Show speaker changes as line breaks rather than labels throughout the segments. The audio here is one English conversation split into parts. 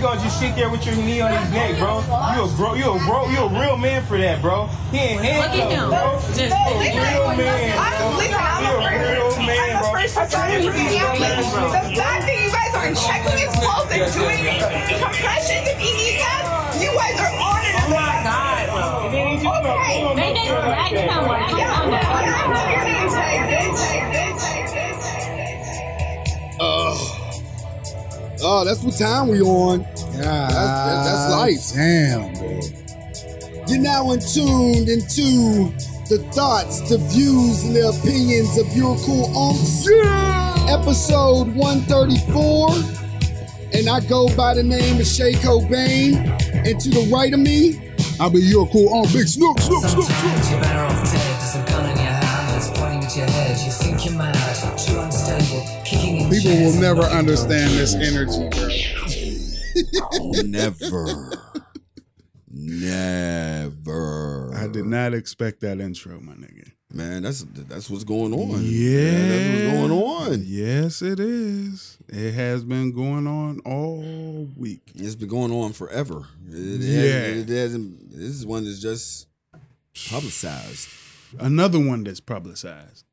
long as you sit there with your knee on his neck, bro. You a bro, you a bro, you a real man for that, bro. He ain't
Look at him.
handcuffed, bro.
Just
He a real man. bro.
listen,
He
I'm a
a real man, bro. I tell you, he a real man, bro.
The fact that you guys are checking his clothes and doing compressions and EE you guys are on it.
And then he just gonna pull him
They
up
just
there like
ragged
that,
on
bro.
what I'm
Yeah,
talking
but
about.
I'm not your name tag, bitch.
Ugh. Oh, that's what time we on.
Yeah,
that- that's life.
Ah, Damn, bro.
You're now in tuned into the thoughts, the views, and the opinions of your cool unks. Episode 134. And I go by the name of Shay Cobain. And to the right of me,
I'll be your cool on Big Snoop, Snoop, Snoop, Snoop.
Sometimes you're better off dead. There's a gun in your hand that's pointing at your head. You think you're mad, too unstable, kicking in
People
chairs.
will never understand this energy, bro.
Never. Never.
I did not expect that intro, my
Hmm.
nigga.
Man, that's that's what's going on.
Yeah.
that's what's going on.
Yes, it is. It has been going on all week.
It's been going on forever. It, it
Yeah.
hasn't- it hasn't. This is one that's just publicized.
Another one that's publicized.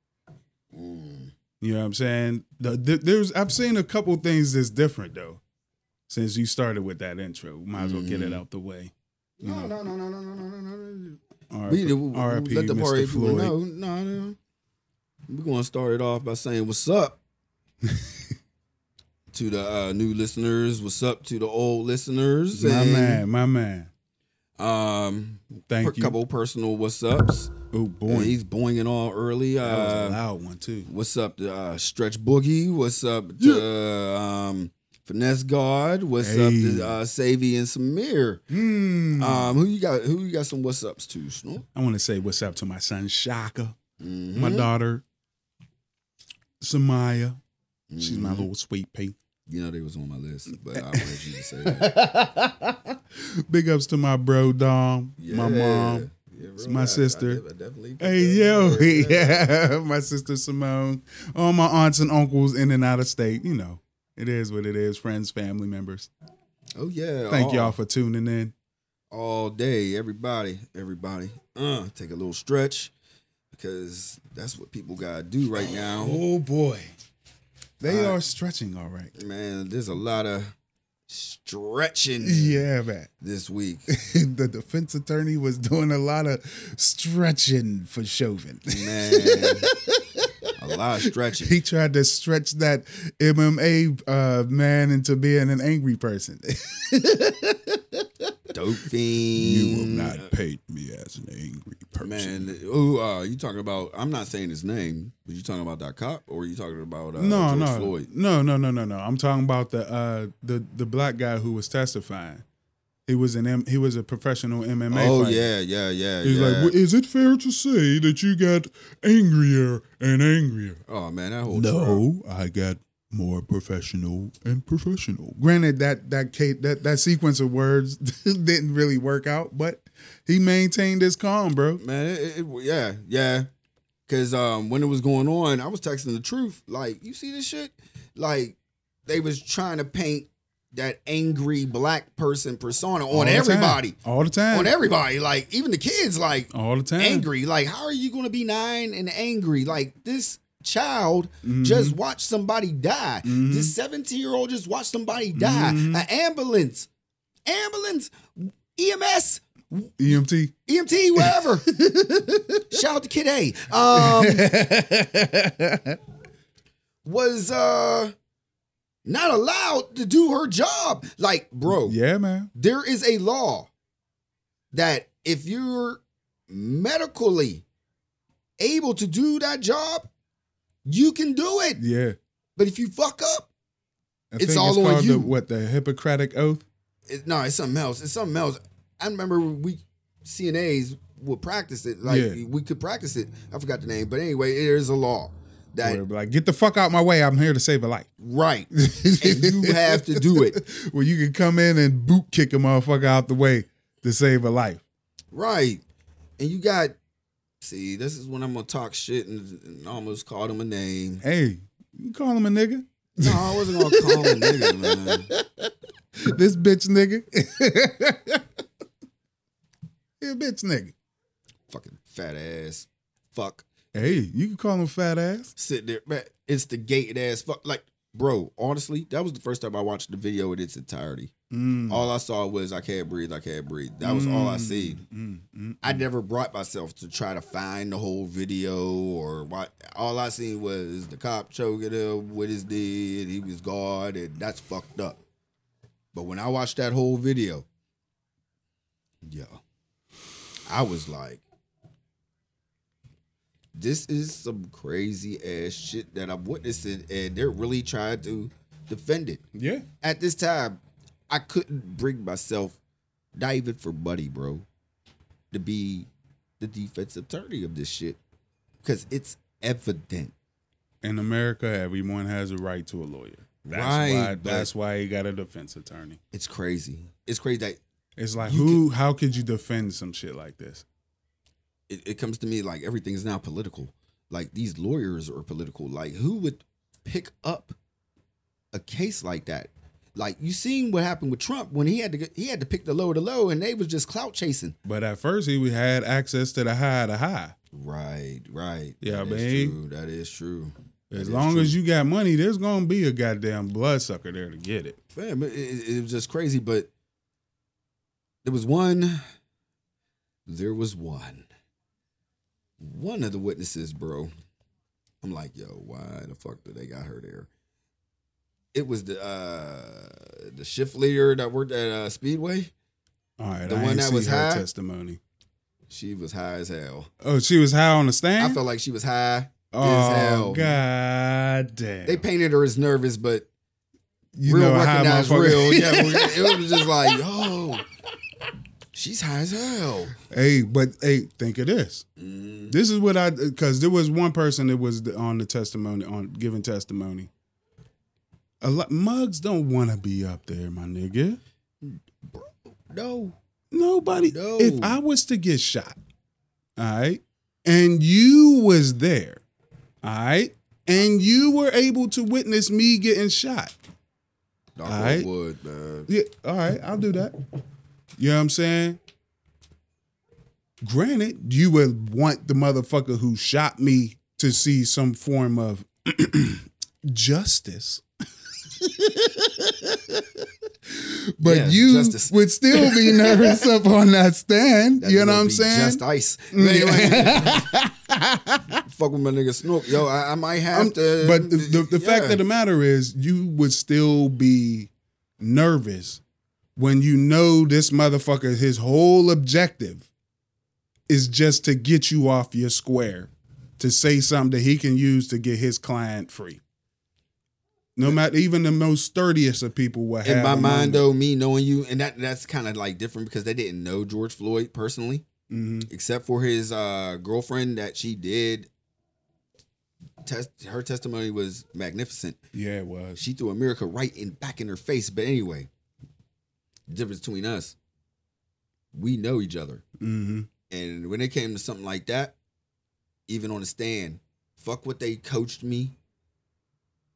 Hmm.
You know what I'm saying? The, the, there's I've seen a couple things that's different though. Since you started with that intro, might as well get
Hmm.
it out the way. You know,
no, no, no, no, no, no, no.
R-
We,
RIP,
let the party
Mr.
people
Floyd.
know. No, no. We're gonna start it off by saying what's up to the uh, new listeners. What's up to the old listeners?
My
and,
man, my man.
Um,
Thank
per-
you.
couple personal what's ups.
Oh
Boy,
boy,
he's boinging all early.
that was a
Uh,
loud one too.
what's up to uh, Stretch Boogie? What's up to um, Finesse God? What's up
Hey.
to uh, Savy and Samir?
Hmm.
Um, who you got? Who you got some what's ups to? Snoop?
I want to say what's up to my son Shaka,
Mhm.
my daughter Samaya. She's my
Mhm.
little sweet pea.
You know they was on my list, but I wanted you to say that.
Big ups to my bro Dom, my mom.
it's
my sister. Hey yo, yeah, my sister Simone, all my aunts and uncles in and out of state. You know, it is what it is. Friends, family members.
Oh yeah.
Thank
all,
y'all for tuning in.
all day, everybody, everybody. Uh, take a little stretch because that's what people gotta do right now.
Oh boy, they
All right.
are stretching all right.
Man, there's a lot of stretching
Yeah, man.
this week.
the defense attorney was doing a lot of stretching for Chauvin.
Man, a lot of stretching.
He tried to stretch that MMA uh, man into being an angry person.
Dope fiend.
paint me as an angry
Man, ooh, uh, you talking about? I'm not saying his name, but you talking about that cop, or you talking about uh,
no,
George
no,
Floyd?
no, no, no, no, no. I'm talking about the uh, the the black guy who was testifying. He was an M- he was a professional MMA.
Oh
fighter.
yeah, yeah, yeah.
He's
yeah.
like, "Well, is it fair to say that you got angrier and angrier?
Oh man, that whole trial.
No, I got more professional and professional. Granted, that that ca- that that sequence of words didn't really work out, but he maintained his calm, bro.
man, it, it, it- yeah, yeah. Cause um, when it was going on, I was texting the truth. Like, you see this shit? Like, they was trying to paint that angry black person persona
All
on
the time.
everybody,
all the time,
on everybody. Like, even the kids, like
all the time.
angry. Like, how are you gonna be nine and angry? Like this child
Mhm.
just watched somebody die.
Mhm.
This 17 year old just watched somebody die.
Mhm.
An ambulance, ambulance, E EMS, E
EMT.
EMT, whatever. Shout out to Kid A. Um, was uh not allowed to do her job. Like, bro,
yeah, man.
there is a law that if you're medically able to do that job, you can do it.
Yeah,
But if you fuck up,
I
It's all on
called the-
you.
what the Hippocratic Oath?
it, no, it's something else. It's something else. I remember we CNAs would practice it. Like
Yeah.
we could practice it. I forgot the name, but anyway, there is a law that
Where, like, get the fuck out my way! I'm here to save a life.
right, and you have to do it.
Well, you can come in and boot kick a motherfucker out the way to save a life.
Right. And you got see, this is when I'm gonna talk shit and, and almost called him a name.
Hey, you can call him a nigga.
No, I wasn't gonna call him a nigga, man.
this bitch nigga. yeah, bitch nigga.
Fucking fat ass. Fuck.
Hey, you can call him fat ass.
Sit there. Man, it's the gated ass. Fuck. Like, bro, honestly, that was the first time I watched the video in its entirety.
Mm,
All I saw was I can't breathe, I can't breathe. That was all I see.
mm, mm.
I never brought myself to try to find the whole video or what. All I seen was the cop choking him with his knee, and he was gone, and that's fucked up. But when I watched that whole video, yeah, I was like, this is some crazy ass shit that I'm witnessing, and they're really trying to defend it
Yeah.
at this time, I couldn't bring myself, not even for money, bro, to be the defensive attorney of this shit because it's evident.
In America, everyone has a right to a lawyer. That's
Right,
why
but-
that's why he got a defense attorney.
It's crazy. It's crazy that
It's like
You
who how could you defend some shit like this?
it, it comes to me like everything's now political. Like these lawyers are political. Like who would pick up a case like that? Like you seen what happened with Trump when he had to get, he had to pick the low to low, and they was just clout chasing.
But at first he had access to the high to high.
Right, right.
Yeah,
That is
babe.
true. That is true. That
As
is
long
true.
as you got money, there's gonna be a goddamn bloodsucker there to get it.
fam, it, it, it was just crazy. But there was one. There was one. One of the witnesses, bro. I'm like, yo, why the fuck did they got her there? It was the uh the shift leader that worked at uh, Speedway.
All right,
The
I
one
ain't
that
see
was
her
high?
testimony.
She was high as hell.
Oh, she was high on the stand.
I felt like she was high.
oh
hell.
god damn!
They painted her as nervous, but
you
real
know a high
recognized
motherfucker-
real. Yeah, it was just like, yo, she's high as hell.
Hey, but hey, think of this.
Mm,
This is what I because there was one person that was on the testimony on giving testimony. A lot mugs don't want to be up there, my nigga.
no.
Nobody.
No.
If I was to get shot, all right, and you was there, all right, and you were able to witness me getting shot,
Knock
All
on
right.
wood, man.
yeah, all right, I'll do that. You know what I'm saying? Granted, you would want the motherfucker who shot me to see some form of justice. but
Yeah,
you
justice.
would still be nervous up on that stand.
That
you know
nigga
what I'm
be
saying? Mm.
Just ice. But anyway, fuck with my nigga Snoop. Yo, I, I might have
I'm-
to.
but the, the, the fact
yeah.
of the matter is, you would still be nervous when you know this motherfucker, his whole objective is just to get you off your square, to say something that he can use to get his client free. No matter, even the most sturdiest of people will have.
in my
a
mind,
moment.
though, me knowing you, and that that's kind of like different because they didn't know George Floyd personally,
Mhm.
except for his uh, girlfriend that she did. Test her testimony was magnificent.
yeah, it was.
She threw America right in back in her face. But anyway, the difference between us, we know each other.
hmm
And when it came to something like that, even on the stand, fuck what they coached me.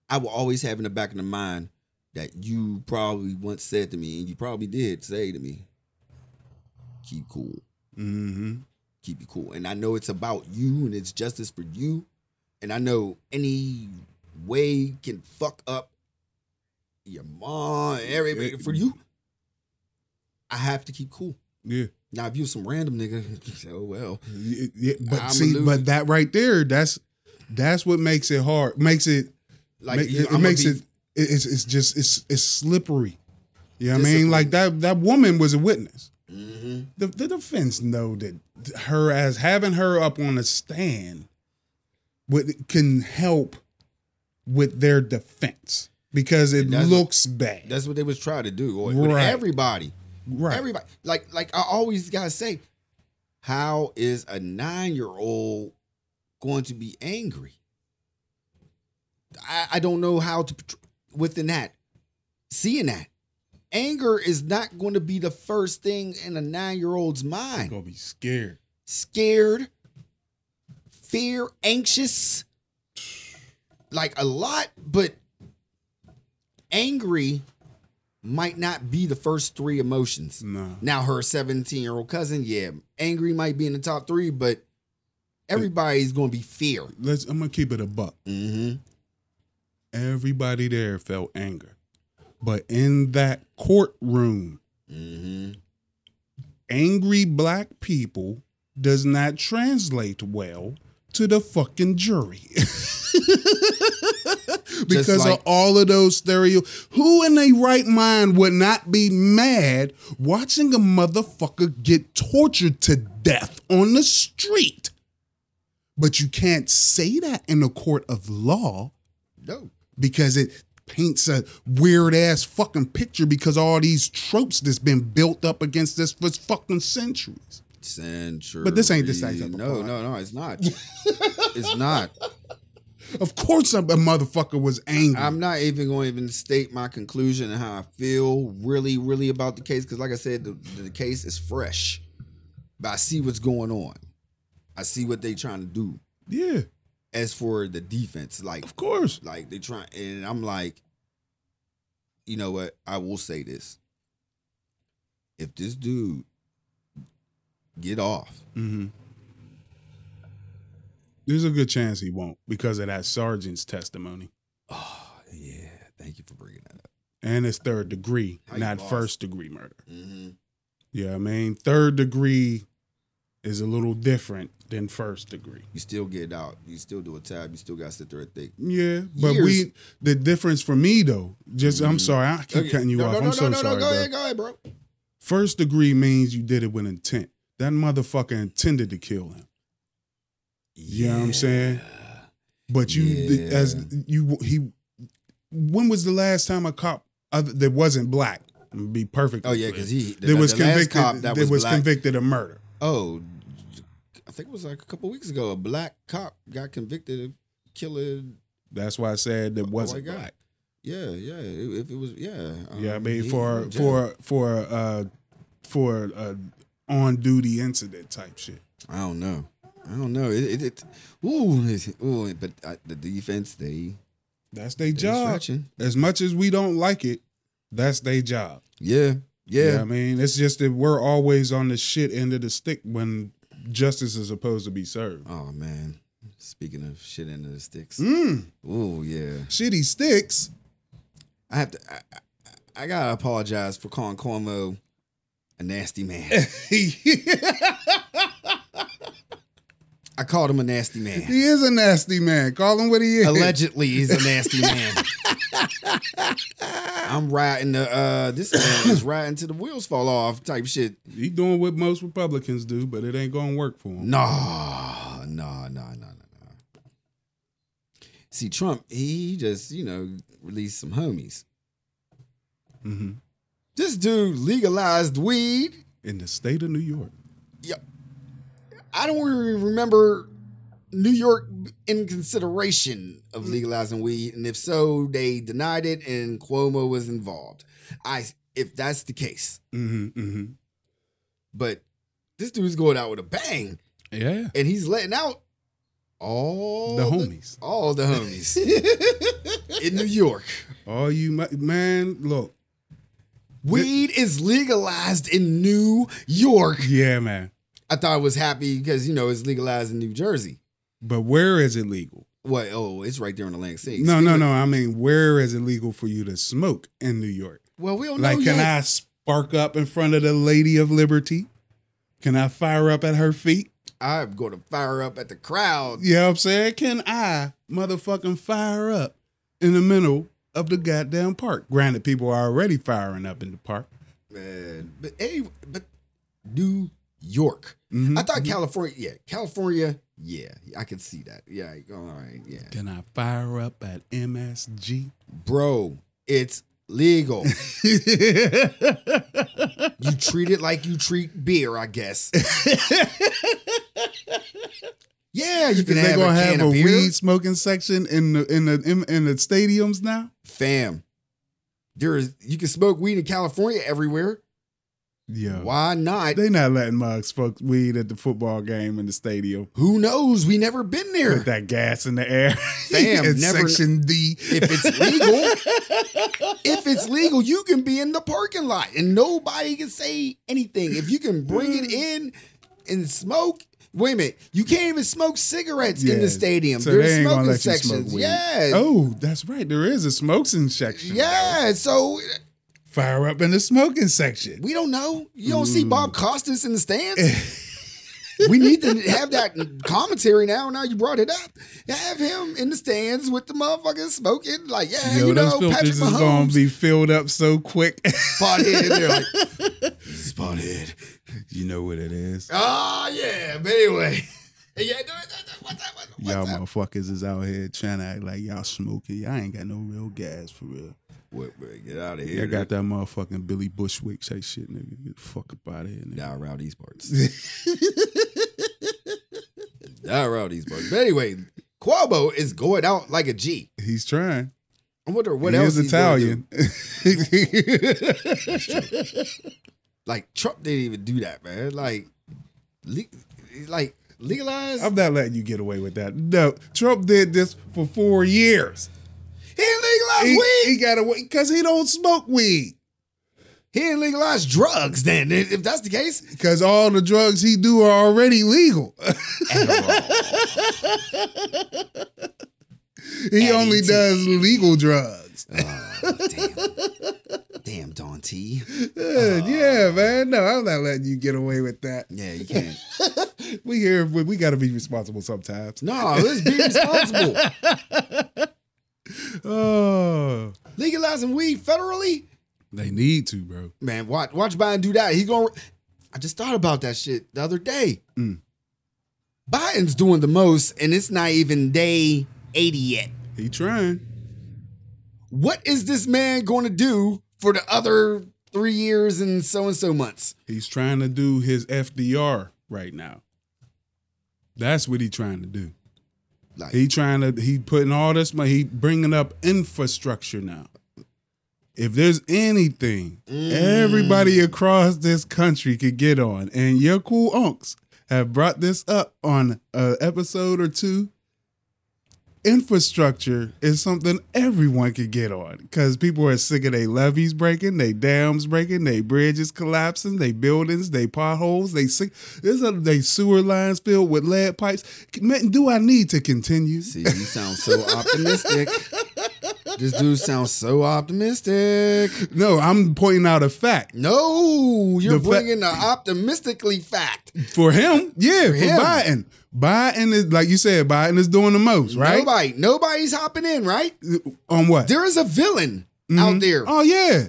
I will always have in the back of the mind that you probably once said to me, and you probably did say to me, keep cool,
hmm
keep you cool. And I know it's about you and it's justice for you. And I know any way can fuck up your mom, everybody for you. I have to keep cool.
Yeah.
Now, if you some random nigga, oh well.
Yeah, yeah, but
I'm a
see,
loser.
but that right there, that's that's what makes it hard. Makes it
Like
Make-
you-
it, it
I'ma
makes
be-
it, it- it's it's just it's it's slippery. You know what I mean?
Discipline.
Like that that woman was a witness.
Mhm.
The, the defense know that her as having her up on a stand would can help with their defense because it
And that's-
looks bad.
That's what they was trying to do. Or- With
Right.
everybody,
right.
everybody. Like like I always gotta say, how is a nine year old going to be angry? I, I don't know how to portray- within that seeing that anger is not going to be the first thing in a nine year old's mind.
gonna be scared.
scared, fear, anxious, like a lot, but angry might not be the first three emotions.
No.
Now her 17 year old cousin, yeah, angry might be in the top three, but everybody's gonna be fear.
Let's. I'm gonna keep it a buck.
Mm-hmm.
Everybody there felt anger, but in that courtroom,
Mm-hmm.
angry black people does not translate well to the fucking jury. because
like-
of all of those stereo who in their right mind would not be mad watching a motherfucker get tortured to death on the street but you can't say that in a court of law
Dope.
because it paints a weird ass fucking picture because all these tropes that's been built up against this for fucking centuries.
Century.
But this ain't this size of a
No,
pod.
no, no, it's not. it's not.
Of course, a, a motherfucker was angry.
I'm not even going to even state my conclusion and how I feel really, really about the case because, like I said, the, the case is fresh. But I see what's going on. I see what they trying to do.
yeah,
As for the defense, like
of course.
like they try and I'm like, you know what? I will say this. If this dude get off,
Mm-hmm. There's a good chance he won't because of that sergeant's testimony
oh yeah, thank you for bringing that up.
and it's third degree,
How you
not
lost.
first degree murder.
Mm-hmm.
Yeah, I mean, third degree is a little different than first degree.
You still get out. You still do a tab. You still got to sit there and think.
Yeah, but
Years. Mm-hmm.
we the difference for me though. Just I'm sorry, I keep
Okay.
cutting you
no,
off.
No, no,
I'm so
no, no,
sorry.
No, go
bro.
ahead, go ahead, bro.
First degree means you did it with intent. That motherfucker intended to kill him. You know what I'm saying? But you
Yeah.
as you he when was the last time a cop other, that wasn't black? I'm gonna be perfect.
Oh yeah,
with
because
you.
he the,
That was
the last
convicted.
cop that was, black.
convicted of murder.
Oh, I think it was like a couple weeks ago. A black cop got convicted of killing
That's why I said that
a
wasn't
white guy.
black.
Yeah, yeah. If if it was, yeah. um,
Yeah, I mean
he-
for
yeah.
for for uh for uh on duty incident type shit.
I don't know. I don't know. It, it, it ooh, it's- ooh, but uh, the defense they
That's their
they
job.
stretching.
As much as we don't like it, that's their job.
Yeah, yeah.
Yeah. I mean, it's just that we're always on the shit end of the stick when justice is supposed to be served.
Oh man. Speaking of shit into the sticks.
Mm,
Ooh, yeah.
shitty sticks.
I have to. I, I- I gotta apologize for calling Cuomo a nasty man.
he
I called him a nasty man.
is a nasty man. Call him what he is.
Allegedly, he's a nasty man. I'm riding the. uh This man is riding till the wheels fall off type shit.
He doing what most Republicans do, but it ain't gonna work for him.
Nah, nah, nah, nah, nah, nah. See, Trump, he just you know released some homies.
hmm
This dude legalized weed.
In the state of New York,
I don't really remember New York in consideration
Mm.
of legalizing weed, and if so, they denied it, and Cuomo was involved. I, if that's the case,
hmm hmm
but this dude's going out with a bang,
yeah,
and he's letting out all
the homies.
all the homies in New York.
All you ma- man, look,
Weed is legalized in New York.
yeah, man.
I thought I was happy because you know it's legalized in New Jersey.
But where is it legal?
What? Oh, it's right there in Atlantic City.
No, no, no. I mean, where is it legal for you to smoke in New York?
Well, we don't
Like,
know
can
yet.
I spark up in front of the Lady of Liberty? Can I fire up at her feet?
I'm going to fire up at the crowd.
You know what I'm saying? Can I motherfucking fire up in the middle of the goddamn park? Granted, people are already firing up in the park.
Man, but anyway, but New York.
Mhm.
I thought California. Yeah, California. Yeah, I can see that. Yeah, like, all right. Yeah,
Can I fire up at MSG?
bro, it's legal. you treat it like you treat beer, I guess. yeah, you can
Is they
have a
gonna
can
have a
of beer,
weed smoking section in the in the in, in the stadiums now?
fam. There is you can smoke weed in California everywhere.
Yeah.
Why not?
They not letting mugs fuck weed at the football game in the stadium.
Who knows? We never been there.
Put that gas in the air.
Damn,
In
never-
Section D.
If it's legal, if it's legal, you can be in the parking lot and nobody can say anything. If you can bring
Mm.
it in and smoke, wait a minute, you can't even smoke cigarettes in the stadium.
So
There's
they ain't gonna
smoking
let you
sections.
Smoke weed.
yeah.
Oh, that's right. There is a smoking section.
Yeah, so
Fire up in the smoking section.
we don't know. You don't see
Mm.
Bob Costas in the stands. we need to have that commentary now. Now you brought it up. Have him in the stands with the motherfuckers smoking. Like, yeah,
Yo,
you
those
know,
filters
Patrick
is gonna
Mahomes.
be filled up so quick.
Spothead. They're like, Spothead.
you know what it is.
Oh, yeah. But anyway. Yeah, no, no, no, what's up, what's up, what's
Y'all
up?
motherfuckers is out here trying to act like y'all smoking. Y'all ain't got no real gas for real.
What, bro, get out of
Y'all
here.
got that motherfucking Billy Bushwick type shit, nigga. Get the fuck up out of here, nigga.
die around these parts. die around these parts. But anyway, Quabo is going out like a G.
He's trying.
I wonder what
What he
else
is
he's gonna do.
Italian.
Like Trump didn't even do that, man. Like, le- like legalize.
I'm not letting you get away with that. No, Trump did this for four years.
he didn't legalize
He,
weed.
he got away because he don't smoke weed.
He didn't legalize drugs. Then, if that's the case,
Because all the drugs he do are already legal. he only
Addy T.
does legal drugs.
Uh, damn, damn, Don T.
Good, yeah, man. No, I'm not letting you get away with that.
Yeah, you can't.
We here, we, we got to be responsible sometimes.
No, let's be responsible.
Oh,
Legalizing weed federally,
they need to, bro.
man. Watch, watch Biden do that. He going. to I just thought about that shit the other day.
Mm.
Biden's doing the most, and it's not even day eighty yet.
He trying.
what is this man going to do for the other three years and so and so months?
He's trying to do his FDR right now. That's what he's trying to do.
Like,
He trying to he putting all this money. He bringing up infrastructure now. If there's anything everybody across this country could get on, and your cool unks have brought this up on an episode or two, infrastructure is something everyone could get on because people are sick of their levees breaking, they dams breaking, they bridges collapsing, they buildings, they potholes, they sick. There's a they sewer lines filled with lead pipes. Man, do I need to continue?
see, you sound so optimistic. this dude sounds so optimistic.
No, I'm pointing out a fact
No, you're
The fa-
bringing the optimistically fact.
for him. Yeah, for,
him.
Biden. Biden is like you said. Biden is doing the most, right?
Nobody, nobody's hopping in, right?
On what?
There is a villain out there.
Oh yeah,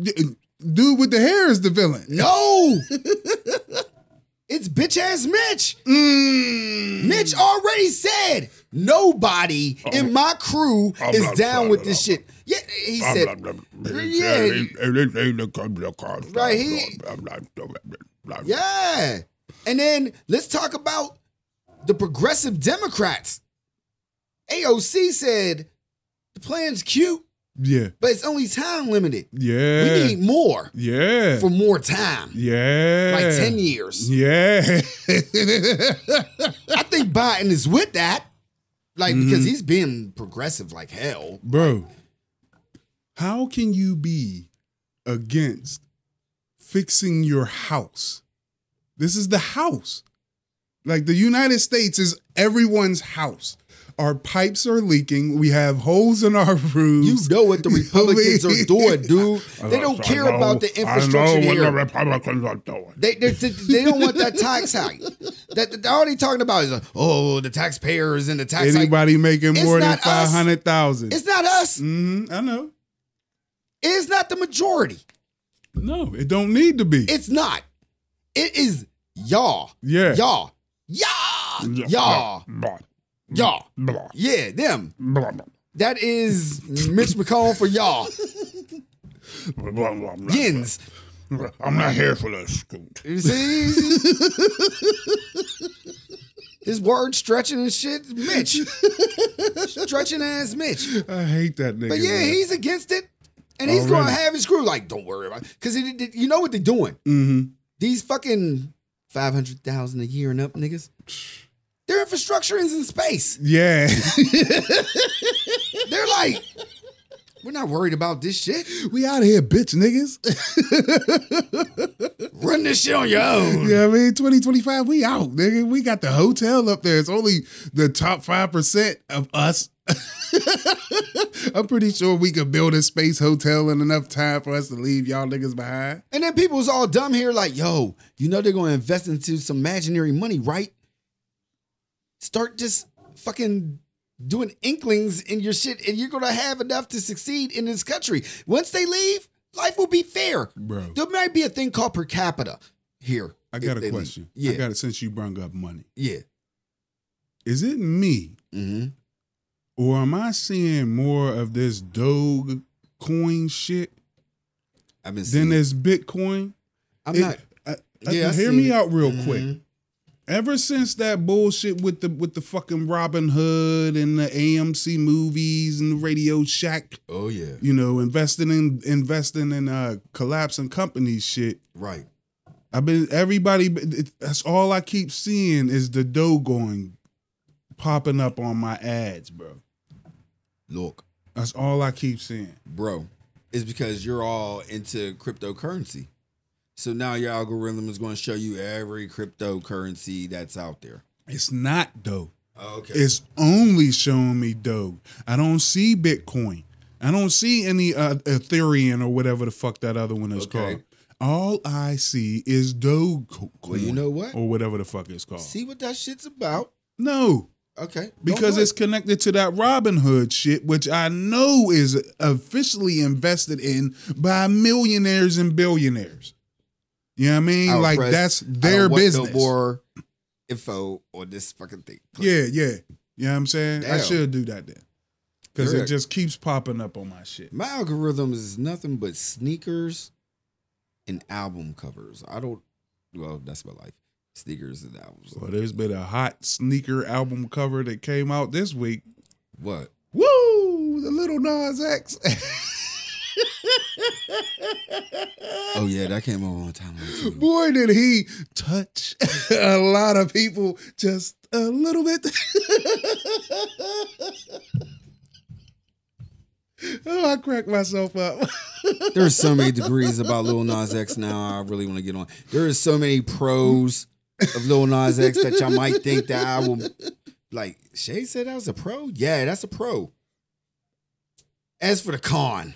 dude with the hair is the villain.
No, it's bitch ass Mitch. Mitch already said nobody
Oh.
in my crew is down with this shit. Yeah, he
Oh,
said. Yeah, right. He, yeah, and then let's talk about the progressive Democrats. AOC said the plan's cute,
Yeah,
but it's only time limited.
yeah,
We need more
yeah,
for more time,
yeah,
like ten years.
Yeah,
I think Biden is with that, like because he's being progressive like hell.
bro. How can you be against fixing your house? This is the house. Like the United States is everyone's house. Our pipes are leaking. We have holes in our
You
roofs.
know what the Republicans are doing, dude. They don't care about the infrastructure here.
Republicans are doing.
They, they, they- they don't want that tax hike. That, that all they talking about is uh, oh the taxpayers and the tax hike.
Anybody making
It's
more than
not us.
five hundred thousand?
It's not us.
Mm-hmm, I know.
It's not the majority.
No, it don't need to be.
It's not. It is y'all.
Yeah.
Y'all. Y'all. Y'all.
Blah,
Y'all.
blah,
Yeah, them.
blah, blah,
That is Mitch McConnell for y'all.
blah, blah, blah, blah.
Yins.
I'm not here for that scoot.
You see? His word stretching and shit, Mitch. stretching ass Mitch.
I hate that nigga.
But yeah,
man.
he's against it. And he's going to
Already.
have his crew like, don't worry about it. Because you know what they're doing.
Mm-hmm.
These fucking 500,000 a year and up niggas, their infrastructure is in space.
Yeah.
They're like, we're not worried about this shit.
we out of here, bitch niggas.
Run this shit on your own.
You know what I mean? 2025, we out, nigga. We got the hotel up there. It's only the top 5% of us. I'm pretty sure we could build a space hotel in enough time for us to leave y'all niggas behind.
And then people was all dumb here like, yo, you know they're going to invest into some imaginary money, right? Start just fucking doing inklings in your shit and you're going to have enough to succeed in this country. Once they leave, life will be fair.
Bro,
There might be a thing called per capita here.
I got
If
a
they leave.
question.
Yeah.
I got it since you brung up money.
yeah.
Is it me
Mm-hmm.
or am I seeing more of this Doge coin shit
I've been
than
seeing
this Bitcoin?
I'm
It-
not.
I- I-
Yeah, I
hear
seen
me
it.
out real quick.
Mhm.
Ever since that bullshit with the with the fucking Robin Hood and the AMC movies and the Radio Shack,
Oh yeah.
you know, investing in investing in uh collapsing companies shit.
Right.
I've been everybody. It, that's all I keep seeing is the dough going, popping up on my ads, bro.
Look,
That's all I keep seeing.
bro, it's because you're all into cryptocurrency. So now your algorithm is going to show you every cryptocurrency that's out there.
It's not dough.
Okay.
It's only showing me Doge. I don't see Bitcoin. I don't see any uh, Ethereum or whatever the fuck that other one is
Okay.
called. All I see is Doge.
Well, you know what?
Or whatever the fuck it's called.
See what that shit's about.
no,
Okay. Don't
because
do it.
it's connected to that Robin Hood shit, which I know is officially invested in by millionaires and billionaires. You know what I mean?
I'll
like
press-
that's
I don't
their
want
business.
No more info on this fucking thing.
Yeah, yeah. You know what I'm saying? I
Damn.
should do that then. Because
You're
it
a-
just keeps popping up on my shit.
My algorithm is nothing but sneakers and album covers. I don't. Well, that's my life. Sneakers and albums.
Well, there's been a hot sneaker album cover that came out this week.
What?
Woo! The little Nas X.
Oh yeah, that came out on time. too.
Boy, did he touch a lot of people just a little bit. oh, I cracked myself up.
There's so many degrees about Lil Nas X now. I really want to get on. There is so many pros of Lil Nas X that y'all might think that I will. Like Shay said, that was a pro. Yeah, that's a pro. As for the con,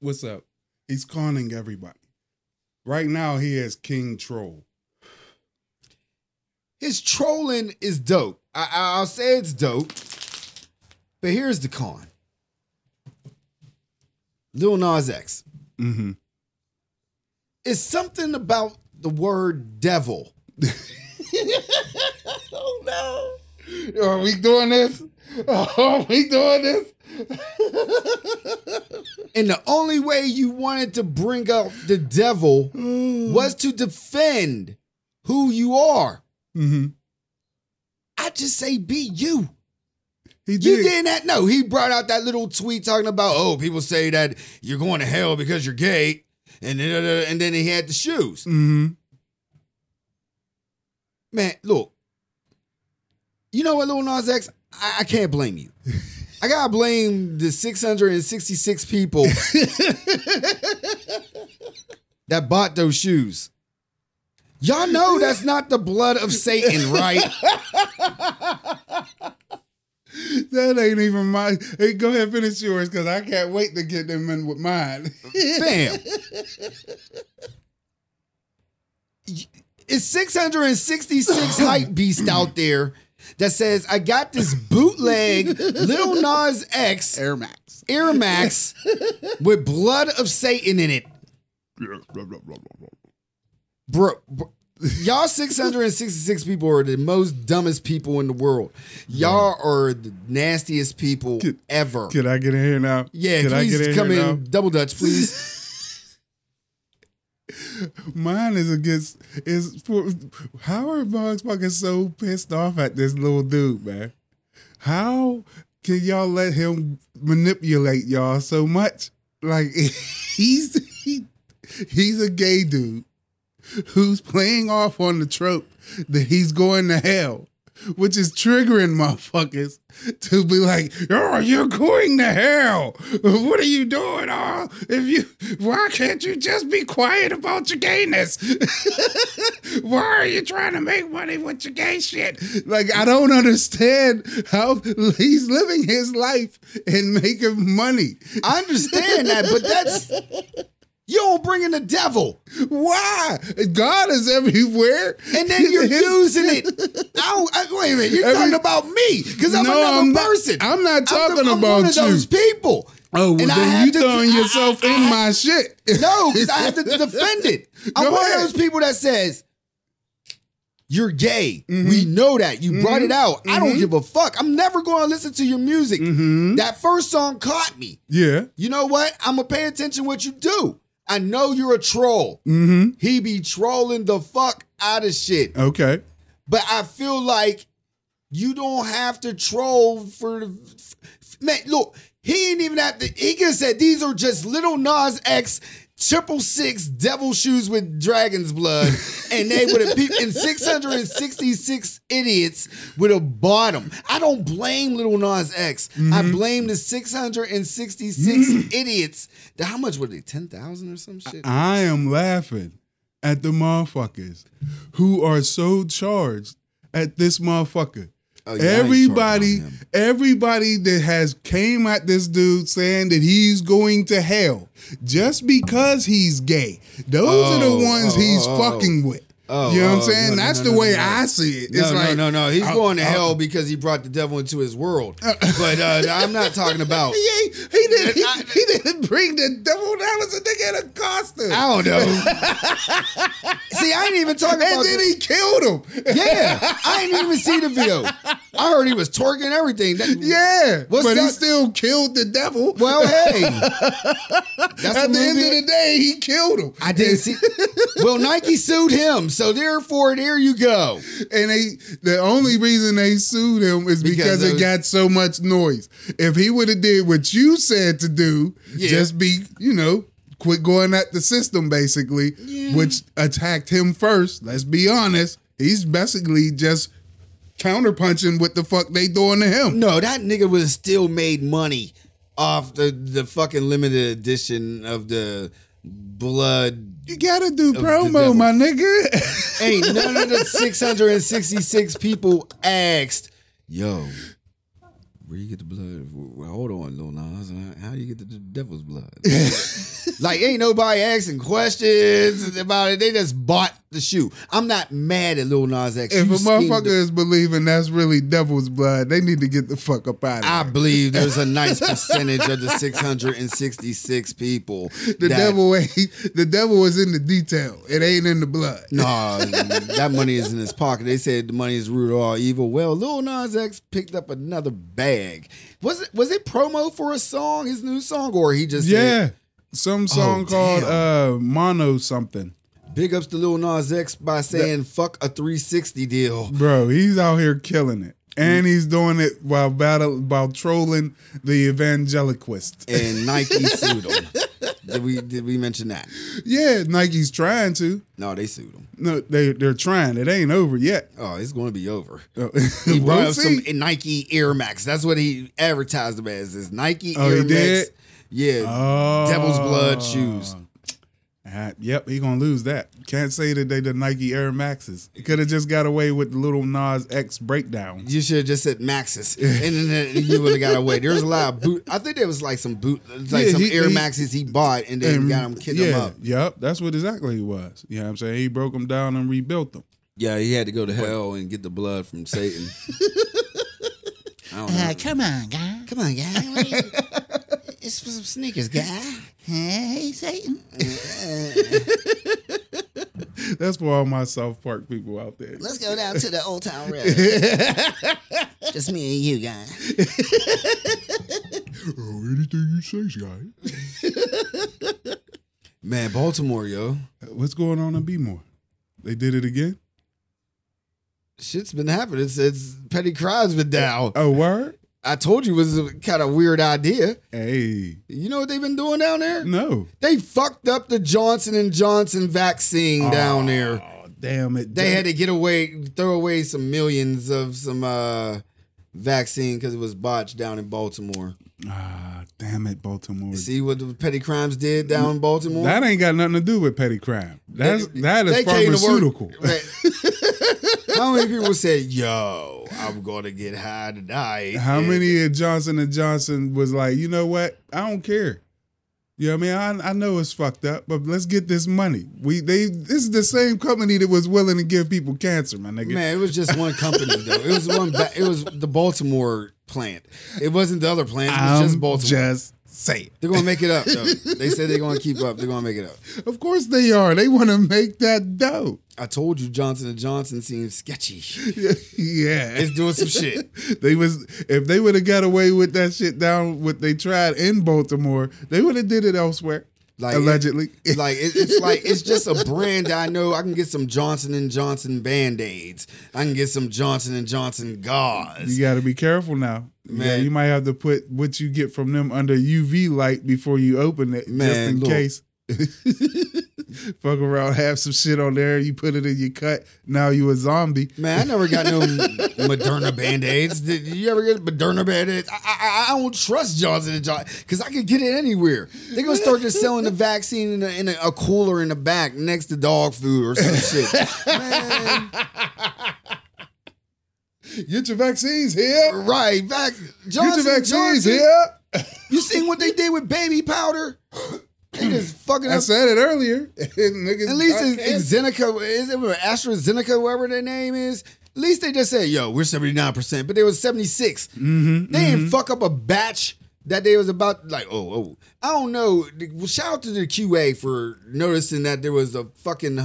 What's up? He's conning everybody. Right now, he is King Troll.
his trolling is dope. I, I, I'll say it's dope. But here's the con. Lil Nas X.
Mm-hmm.
It's something about the word devil.
Are we doing this? Are we doing this?
And the only way you wanted to bring out the devil was to defend who you are.
Mm-hmm.
I just say be you.
He
You
did.
did not know. He brought out that little tweet talking about, oh, people say that you're going to hell because you're gay. And, da- da- da- and then he had the shoes.
Mm-hmm.
man, look, you know what, Lil Nas X, I, I can't blame you. I gotta blame the 666 people that bought those shoes. Y'all know that's not the blood of Satan, right?
That ain't even my. Hey, go ahead, finish yours because I can't wait to get them in with mine.
Fam. It's 666 hype beast out there that says, I got this bootleg Lil Nas X
Air Max.
Air Max with blood of Satan in it.
Yeah, blah, blah, blah, blah, blah.
Bro, bro- y'all 666 people are the most dumbest people in the world. Y'all are the nastiest people
Get-
ever.
Can I get in here now?
yeah,
Can
please come in
now?
double dutch, please.
Mine is against is for Howard Bugs fucking so pissed off at this little dude, man. How can y'all let him manipulate y'all so much? like he's he, he's a gay dude who's playing off on the trope that he's going to hell, which is triggering motherfuckers to be like, "Oh, you're going to hell! What are you doing? Oh, if you, why can't you just be quiet about your gayness? why are you trying to make money with your gay shit? Like, I don't understand how he's living his life and making money.
I understand that, but that's you don't bring in the devil,
Why? God is everywhere,
and then you're
His-
using it. I don't, I, wait a minute, you're
Every-
talking about me because I'm
No,
another
I'm not-
person.
I'm not
the-
talking
I'm
about
one of those people.
Oh, well,
And I
then
have
you
to-
throwing
I-
yourself
I-
in
I-
my shit.
No, because I have to defend it. I'm
Go
one
ahead.
of those people that says, You're gay.
Mm-hmm.
We know that. You brought it out. I don't give a fuck. I'm never going to listen to your music.
Mm-hmm.
That first song caught me.
Yeah.
You know what? I'm going to pay attention what you do. I know you're a troll.
Mm-hmm.
He be trolling the fuck out of shit.
Okay.
But I feel like you don't have to troll for the. f- f- Man, look, he didn't even have to. He could have said these are just little Nas X triple six devil shoes with dragon's blood, and they would have peeped in 666 idiots would have bought them. I don't blame little Nas X. I blame the 666 idiots. How much were they? 10,000 or some shit?
I am laughing at the motherfuckers who are so charged at this motherfucker.
Oh, yeah, I ain't
everybody,
charged on him.
everybody that has came at this dude saying that he's going to hell just because he's gay. Those are
Oh,
the ones
oh,
he's
oh, oh.
fucking with.
Oh,
you know
oh,
what I'm saying?
no, no,
That's
no,
the
no,
way
no.
I see it.
No,
It's
no,
like oh,
no, no. He's
I-
going to
I-
hell because he brought the devil into his world. but uh, I'm not talking about.
He, ain't- he didn't. He, he didn't bring the devil. That was a nigga in a costume.
I don't know. See, I didn't even talk about.
and then
the-
he killed him.
yeah, I didn't even see the video. I heard he was twerking and everything. That-
Yeah,
What's
but he
that-
still killed the devil.
Well, hey, that's
At
the
the end
movie.
of the day, he killed him,
I didn't see. Well, Nike sued him, so therefore, there you go.
and they the only reason they sued him is because,
Because
it
those-
got so much noise. If he would have did what you said to do,
Yeah.
just be you know, quit going at the system basically, which attacked him first. Let's be honest, he's basically just counterpunching what the fuck they doing to him.
No, that nigga was still made money off the the fucking limited edition of the blood
You gotta do
the
promo,
devil.
my nigga.
Ain't none of the 666 people asked, yo, where you get the blood? Well, hold on, Lil Nas. How you get the, the devil's blood? like, ain't nobody asking questions about it. They just bought the shoe. I'm not mad at Lil Nas X.
If
You
a
schemed
motherfucker
the-
is believing that's really devil's blood, they need to get the fuck up out of
I
here.
believe there's a nice percentage of the 666 people.
The devil ain't the devil is in the detail. It ain't in the blood.
Nah, that money is in his pocket. They said the money is root of all evil. Well, Lil Nas X picked up another bag. Was it was it promo for a song, his new song, or he just
Yeah.
Oh,
Some song called uh Mono something.
said, big ups to Lil Nas X by saying fuck a 360 deal?
Bro, he's out here killing it. And he's doing it while battle while trolling the evangelicalist.
And Nike sued him. Did we did we mention that?
Yeah, Nike's trying to.
No, they sued him.
No, they they're trying. It ain't over yet.
Oh, it's going to be over.
He
He brought up some Nike Air Max. That's what he advertised them as. Is Nike
Oh,
Air
he
Max?
did? Oh.
Yeah, Devil's Blood shoes.
Uh, yep, he gonna lose that. Can't say that they the Nike Air Maxes. Could have just got away with the little Nas X breakdown.
You should have just said Maxis, and then you would have got away. There's a lot of boot. I think there was like some boot, like
Yeah,
some
he-
Air
he-
Maxes he bought, and then got him kicked
yeah,
him up.
Yep, that's what exactly he was. You know what I'm saying? He broke them down and rebuilt them.
Yeah, he had to go to hell and get the blood from Satan. I don't know.
come on, guy.
Come on, guy. What are you- It's for some sneakers, guy.
Hey, Satan.
That's for all my South Park people out there.
Let's go down to the old town road. Just me and you, guy.
Oh, anything you say, guy.
Man, Baltimore, yo,
What's going on in Bmore? They did it again.
shit's been happening since petty crime's been down.
Oh, word.
I told you it was a kind of weird idea.
Hey,
You know what they've been doing down there?
no.
They fucked up the Johnson and Johnson vaccine down there.
Oh, damn it.
They had to get away, throw away some millions of some uh, vaccine because it was botched down in Baltimore.
Ah, damn it, Baltimore.
See what the petty crimes did down in Baltimore?
That ain't got nothing to do with petty crime. That's that is
came to work-
pharmaceutical.
Right. How many people said, "Yo, I'm gonna get high tonight"?
How
and
many of Johnson and Johnson was like, you know what? I don't care. You know what I mean? I, I know it's fucked up, but let's get this money. We they this is the same company that was willing to give people cancer, my nigga.
Man, it was just one company though. It was one. Ba- it was the Baltimore plant. It wasn't the other plant. It was
I'm
just Baltimore.
just saying.
they're gonna make it up though. They said they're gonna keep up. They're gonna make it up.
Of course they are. They want to make that dough.
I told you, Johnson and Johnson seems sketchy.
yeah.
It's doing some shit.
they was if they would have got away with that shit down what they tried in Baltimore, they would have did it elsewhere.
Like,
allegedly.
Like it, it's like it's just a brand I know. I can get some Johnson and Johnson band aids. I can get some Johnson and Johnson gauze.
You got to be careful now. Yeah,
Man.
you might have to put what you get from them under UV light before you open it, just
Man,
in
look.
case. Fuck around, have some shit on there. You put it in your cut. Now you a zombie.
Man, I never got no Moderna band aids. Did you ever get Moderna band aids? I, I, I don't trust Johnson and Johnson because I could get it anywhere. They're gonna start just selling the vaccine in, a, in a, a cooler in the back next to dog food or some shit.
Get your vaccines here.
right, back
Get your
Johnson and
vaccines
Johnson.
here.
You seen what they did with baby powder? They just fucking
I
up
said it earlier. Niggas
At least
got
it's,
cancer.
it's Zeneca, is it AstraZeneca, whatever their name is. At least they just said, yo, we're 79%, but they was 76.
Mm-hmm,
They didn't fuck up a batch that they was about, like, oh, oh. I don't know. Well, Shout out to the QA for noticing that there was a fucking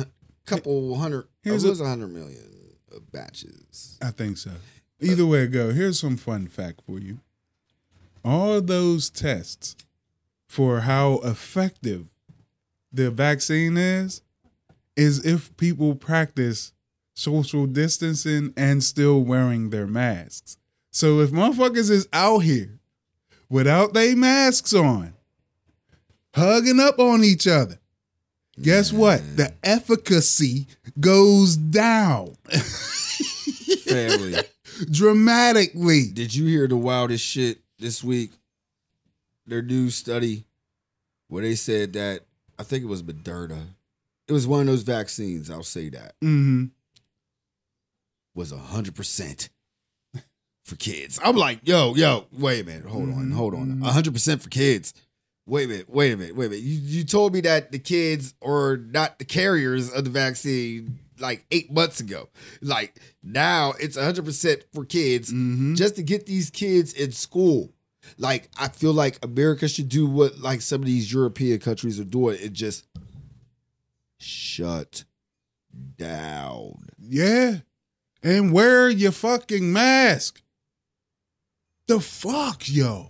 couple hundred,
Here's
it was
a-
a hundred million of batches.
I think so. Either way it go, here's some fun fact for you. All those tests for how effective the vaccine is is if people practice social distancing and still wearing their masks. So if motherfuckers is out here without they masks on, hugging up on each other, guess what? The efficacy goes down
Family,
dramatically.
did you hear the wildest shit this week? Their new study where they said that, I think it was Moderna. It was one of those vaccines, I'll say that.
Mm-hmm.
was 100% for kids. I'm like, yo, yo, wait a minute. Hold on, hold on. 100% for kids. Wait a minute, wait a minute, wait a minute. You, you told me that the kids are not the carriers of the vaccine like eight months ago. Like now it's 100% for kids just to get these kids in school. Like I feel like America should do what like some of these European countries are doing and just shut down.
Yeah. And wear your fucking mask. The fuck, yo.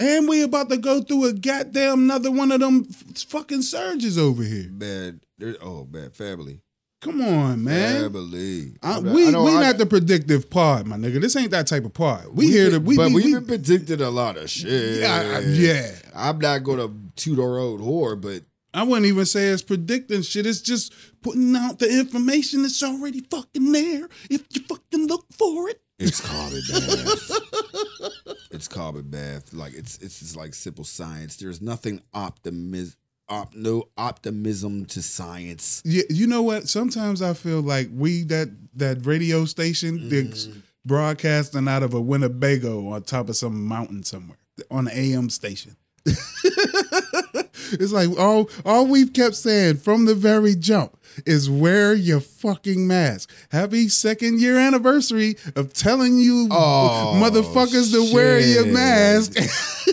And we about to go through a goddamn another one of them f- fucking surges over here.
man, there, oh man, family,
Come on, man.
family.
I,
I'm not-
we
I know
we
I-
not the predictive pod, my nigga. This ain't that type of pod. We, here to
been-
we,
but
we,
we've
we-
been predicted a lot of shit.
I- I- yeah.
I'm not gonna toot our own horn, but
I wouldn't even say it's predicting shit. It's just putting out the information that's already fucking there. If you fucking look for it.
it's common math. it's common math. Like it's it's just like simple science. There's nothing optimism. Op, no optimism to science.
Yeah, you know what? Sometimes I feel like we that that radio station that's
Mm.
broadcasting out of a Winnebago on top of some mountain somewhere on an AM station. it's like all all we've kept saying from the very jump is wear your fucking mask. Happy second year anniversary of telling you
Oh,
motherfuckers to wear your
shit.
mask.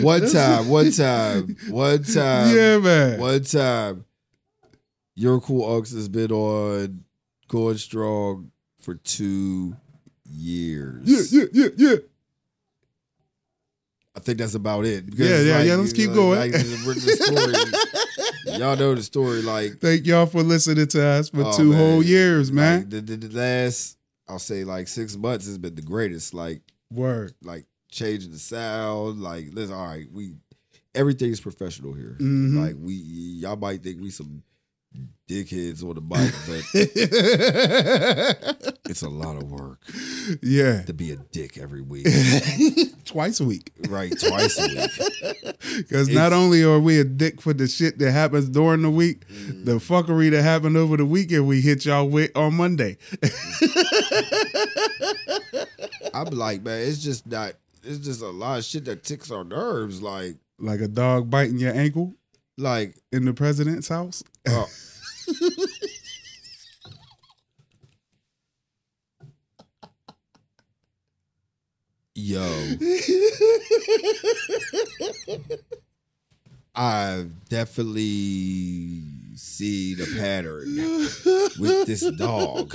One time, one time, one time.
yeah, man.
One time, your cool ox has been on going strong for two years.
Yeah, yeah, yeah, yeah.
I think that's about it.
Yeah, yeah, yeah, let's keep going.
we're the story, y'all know the story. Like
Thank y'all for listening to us for
oh,
two
man,
whole years, man.
like, the, the, the last, I'll say like six months has been the greatest. Like
Word.
like changing the sound. Like listen, all right, we everything's professional here.
Mhm.
Like we y'all might think we some dickheads on the bike, but it's a lot of work
yeah.
to be a dick every week,
Twice a week.
right? Twice a week.
Because not only are we a dick for the shit that happens during the week, the fuckery that happened over the weekend we hit y'all with on Monday.
I'm like, man, it's just not. It's just a lot of shit that ticks our nerves. Like
Like a dog biting your ankle
like
in the president's house.
oh. Yo. I definitely see the pattern with this dog.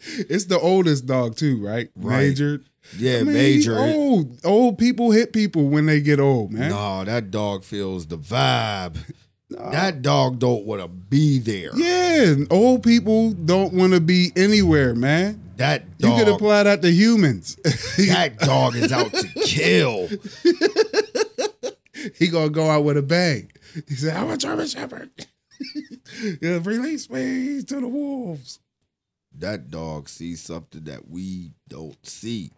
It's the oldest dog too, right?
Right.
Major.
Yeah,
I mean,
major.
Old old people hit people when they get old, man.
No, that dog feels the vibe. That dog don't want to be there.
Yeah, and old people don't want to be anywhere, man.
That
You
dog.
could apply that to humans.
That dog is out to kill.
he gonna go out with a bang. He said, "I'm a German Shepherd. Yeah, Release me to the wolves."
That dog sees something that we don't see.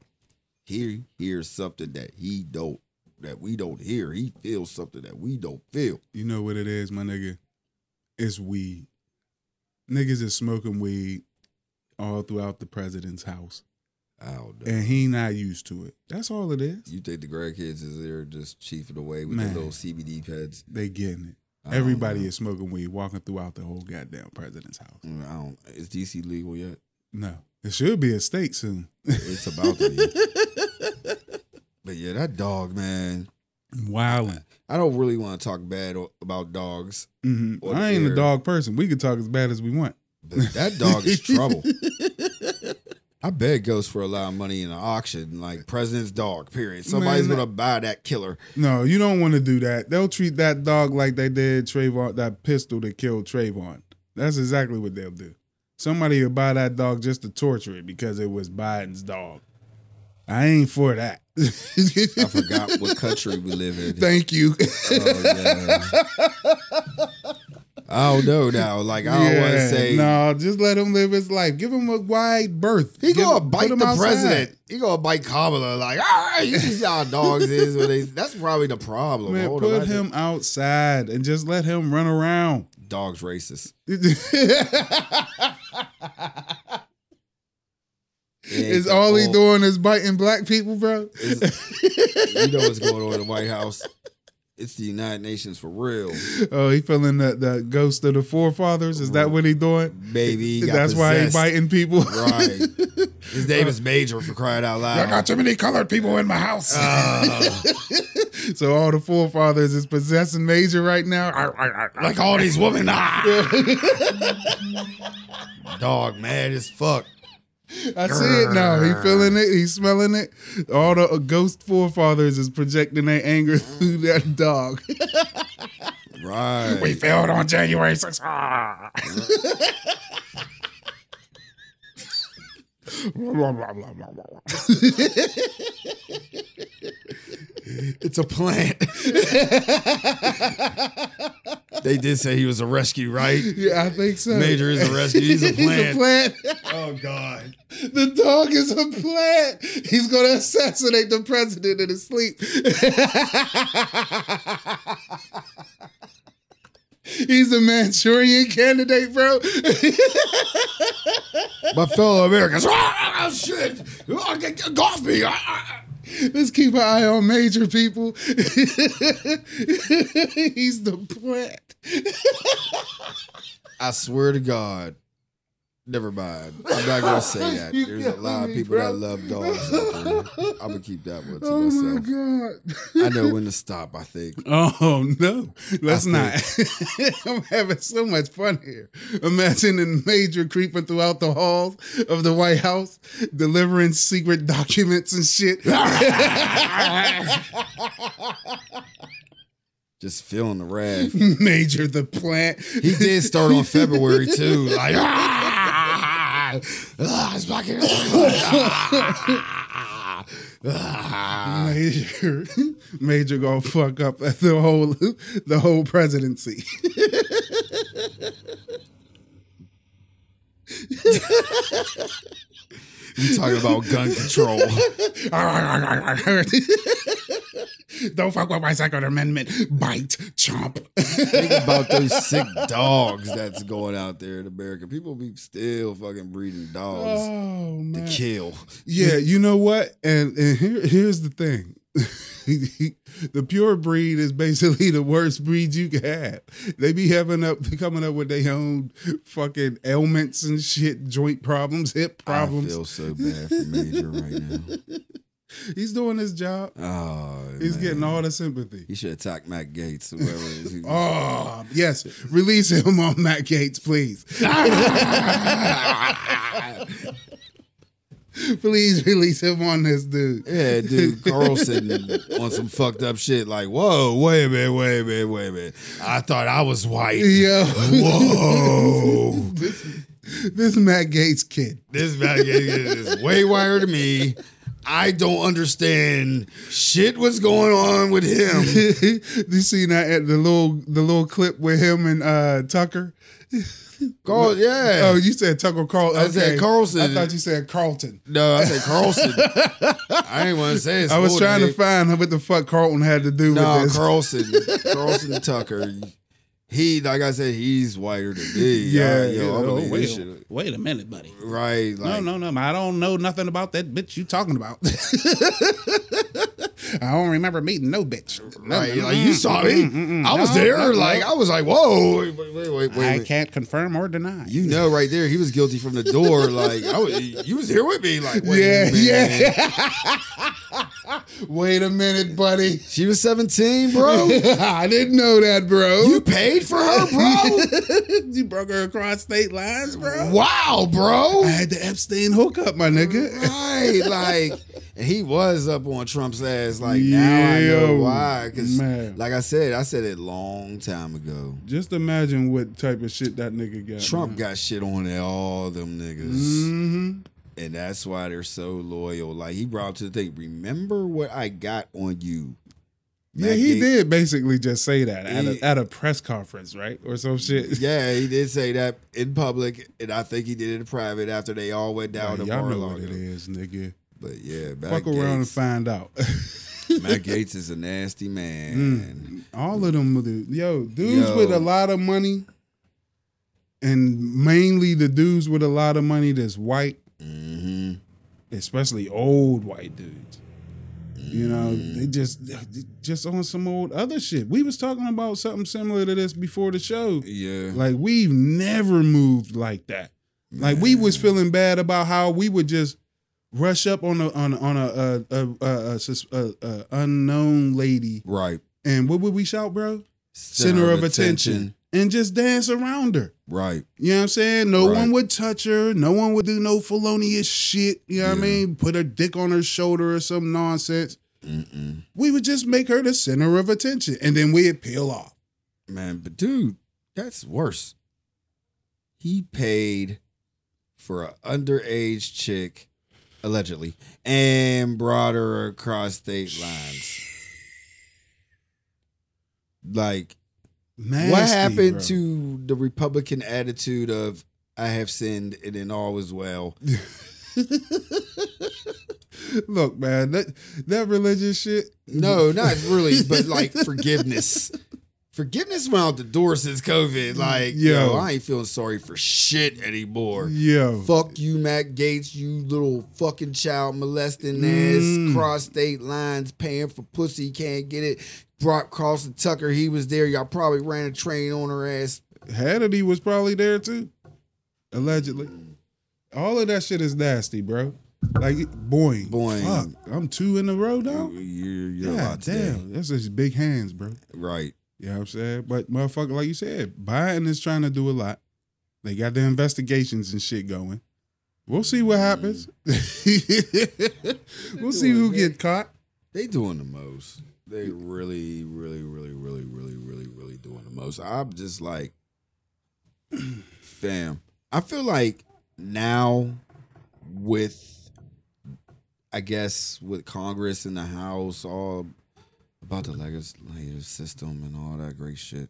He hears something that he don't that we don't hear. He feels something that we don't feel.
You know what it is, my nigga? It's weed. Niggas is smoking weed all throughout the president's house,
I don't know.
and he not used to it. That's all it is.
You think the grandkids is there just chiefing away with
Man.
their little CBD pets?
They getting it.
I don't
Everybody
know.
is smoking weed, walking throughout the whole goddamn president's house.
Mm, I don't. Is DC legal yet?
No, it should be a state soon.
It's about to be. but yeah, that dog, man.
Wilding.
I don't really want to talk bad o- about dogs,
hmm
Or the
I ain't
air.
a dog person. We can talk as bad as we want.
but that dog is trouble. I bet it goes for a lot of money in an auction, like president's dog. Period. Somebody's
Man,
gonna buy that killer.
No, you don't want to do that. They'll treat that dog like they did Trayvon, that pistol that killed Trayvon. That's exactly what they'll do. Somebody will buy that dog just to torture it because it was Biden's dog. I ain't for that.
I forgot what country we live in.
Thank you.
Oh, yeah. I don't know now. Like I don't want to say
No, just let him live his life. Give him a wide berth.
He
Give-
gonna
put
bite
him
the
outside.
president. He gonna bite Kamala. Like, all right, you see how dogs is when they. That's probably the problem.
Man,
Hold on,
put
I
him outside and just let him run around.
think- Dogs racist.
Is all he
doing?
doing is biting black people, bro?
You know what's going on in the White House. It's the United Nations for real,
Oh, he feeling the, the ghost of the forefathers. Is that what he doing?
baby.
That's why he
biting.
biting people.
Right. His name is Major for crying out loud.
too many colored people in my house. so all the forefathers is possessing Major right now. Arr, arr, arr, arr.
like all these women. Ah. Dog mad as fuck.
I see it now. He feeling it. He smelling it. All the uh, ghost forefathers is projecting their anger through that dog.
Right.
failed on January Ah. 6th.
It's a plant. they did say he was a rescue, right?
Yeah, I think so.
Major is a rescue. He's a
He's a
plant.
plant.
Oh God.
The dog is a plant. He's going to assassinate the president in his sleep. He's a Manchurian candidate, bro.
My fellow Americans. Ah, shit. Ah, get- get off me. Ah, ah,
Let's keep an eye on major people. He's the plant.
ah. I swear to God. Never mind. I'm not gonna say that.
You
There's a
got
lot of
me,
people
bro.
that love dogs. out there. I'm gonna keep that one to
Oh my
myself.
god.
I know when to stop. I think.
Oh no, let's
I
not. I'm having so much fun here. Imagine a major creeping throughout the halls of the White House, delivering secret documents and shit.
Just feeling the wrath.
major the plant.
He did start on February too. Like ah, ah, ah, it's fucking. ah, ah.
Major, Major gonna fuck up the whole the whole presidency.
You talking about gun control?
Don't fuck with my second amendment. Bite, chomp.
Think about those sick dogs that's going out there in America. People be still fucking breeding dogs
Oh
to
man.
kill.
Yeah, you know what? And and here here's the thing. the pure breed is basically the worst breed you can have. They be having up coming up with their own fucking ailments and shit, joint problems, hip
I feel
problems.
so bad for Major right now.
He's doing his job.
Oh,
He's
man.
getting all the sympathy.
He should attack Matt Gates. Whoever it is.
Oh, yes. Release him on Matt Gates, please.
Oh.
please release him on this dude.
Yeah, dude, Carlson on some fucked up shit. Like, whoa, wait a minute, wait a minute, wait a minute. I thought I was white.
Yo,
Whoa,
this Matt Gates kid.
this guy is way wider to me. I don't understand shit. What's going on with him?
you seen that at the little the little clip with him and uh Tucker?
Carl, yeah.
Oh, you said Tucker Carl.
I said
okay.
Carlson.
I thought you said Carlton.
no, I said Carlson. I didn't want to say his
I was
full
trying to
name.
find what the fuck Carlton had to do
No,
with this.
Carlson, Carlson Tucker. He, like I said, he's whiter than me.
Yeah,
I, yo,
yeah.
I
Oh,
believe this
well.
shit.
Wait a minute, buddy.
Right? Like,
no, no, no. I don't know nothing about that bitch you talking about. I don't remember meeting no bitch.
Right?
Mm-hmm.
Like you saw me. I was there. like I was like, whoa, wait, wait, wait, wait.
I
wait.
can't confirm or deny.
You know, right there, he was guilty from the door. Like I was, you was here with me. Like, wait
Yeah,
a minute.
yeah. Wait a minute, buddy.
She was seventeen, bro.
I didn't know that, bro.
you paid for her, bro.
You broke her across state lines, bro.
wow, bro.
I had the Epstein hookup, my nigga.
Right, like, and he was up on Trump's ass. Like now I know
Yo,
why. Because,
man.
like I said, I said it long time ago.
Just imagine what type of shit that nigga got.
Trump got shit on it, all them niggas.
Mm-hmm.
And that's why they're so loyal. Like he brought to the thing, remember what I got on you.
Yeah,
Matt
he
Gaetz."
did basically just say that at
He-
a, at a press conference, right, or some shit.
Yeah, he did say that in public, and I think he did it in private after they all went down to
Like, y'all know what it
Mar-a-Lago.
is, nigga.
But yeah, Matt
Fuck around and
Gates,
find out.
Matt Gates is a nasty man.
All of them, mother- yo, dudes
Yo.
with a lot of money, and mainly the dudes with a lot of money that's white,
Mm-hmm.
especially old white dudes. You know,
Mm.
they just they just on some old other shit. We was talking about something similar to this before the show.
Yeah,
Like we've never moved like that. Like we was feeling bad about how we would just rush up on a on a, on a a, a, a, a, sus- a, a unknown lady
right.
and what would we shout, bro? Center of attention, and just dance around her.
Right.
You know what I'm saying? No
Right.
one would touch her. No one would do no felonious shit. You know what I mean? Put her dick on her shoulder or some nonsense. We would just make her the center of attention, and then we'd peel off.
Man, but dude, that's worse. He paid for an underage chick, allegedly, and brought her across state lines. Like,
Nasty,
what happened
bro.
to the Republican attitude of "I have sinned and then all is well"?
Look, man, that that religious shit.
No, not really, but like forgiveness. Forgiveness went out the door since COVID. Like, yo,
Yo.
I ain't feeling sorry for shit anymore.
Yo,
Fuck you, Matt Gates, you little fucking child molesting ass, cross state lines, paying for pussy, can't get it. Brock Carlson Tucker, he was there. Y'all probably ran a train on her ass.
Hannity was probably there too, allegedly. All of that shit is nasty, bro. Like, boy,
Boing.
fuck, I'm two in a row now.
You're, you're
Yeah, damn, that's just big hands, bro.
Right.
You know what I'm saying? But motherfucker, like you said, Biden is trying to do a lot. They got their investigations and shit going. We'll see what happens. we'll see who get caught.
They doing the most. They really, really, really, really, really, really, really doing the most. I'm just like, fam. I feel like now with I guess with Congress and the House all about the legislative system and all that great shit.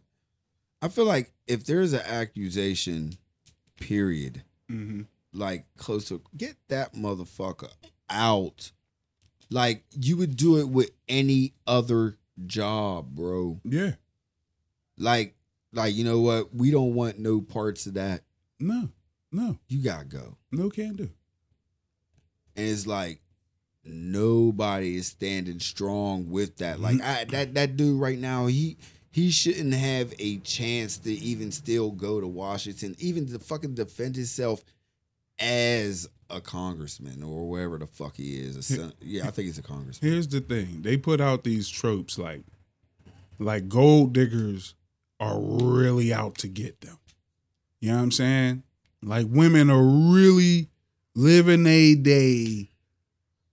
I feel like if there's an accusation, period, like close to get that motherfucker out. Like you would do it with any other job, bro.
Yeah.
Like, like you know what? We don't want no parts of that.
No. No.
You gotta go.
No can do.
and it's like nobody is standing strong with that. Like I, that that dude right now, he he shouldn't have a chance to even still go to Washington, even to fucking defend himself as a congressman or wherever the fuck he is. A sen- yeah, I think he's a congressman.
Here's the thing. They put out these tropes like like gold diggers are really out to get them. You know what I'm saying? Like women are really living a day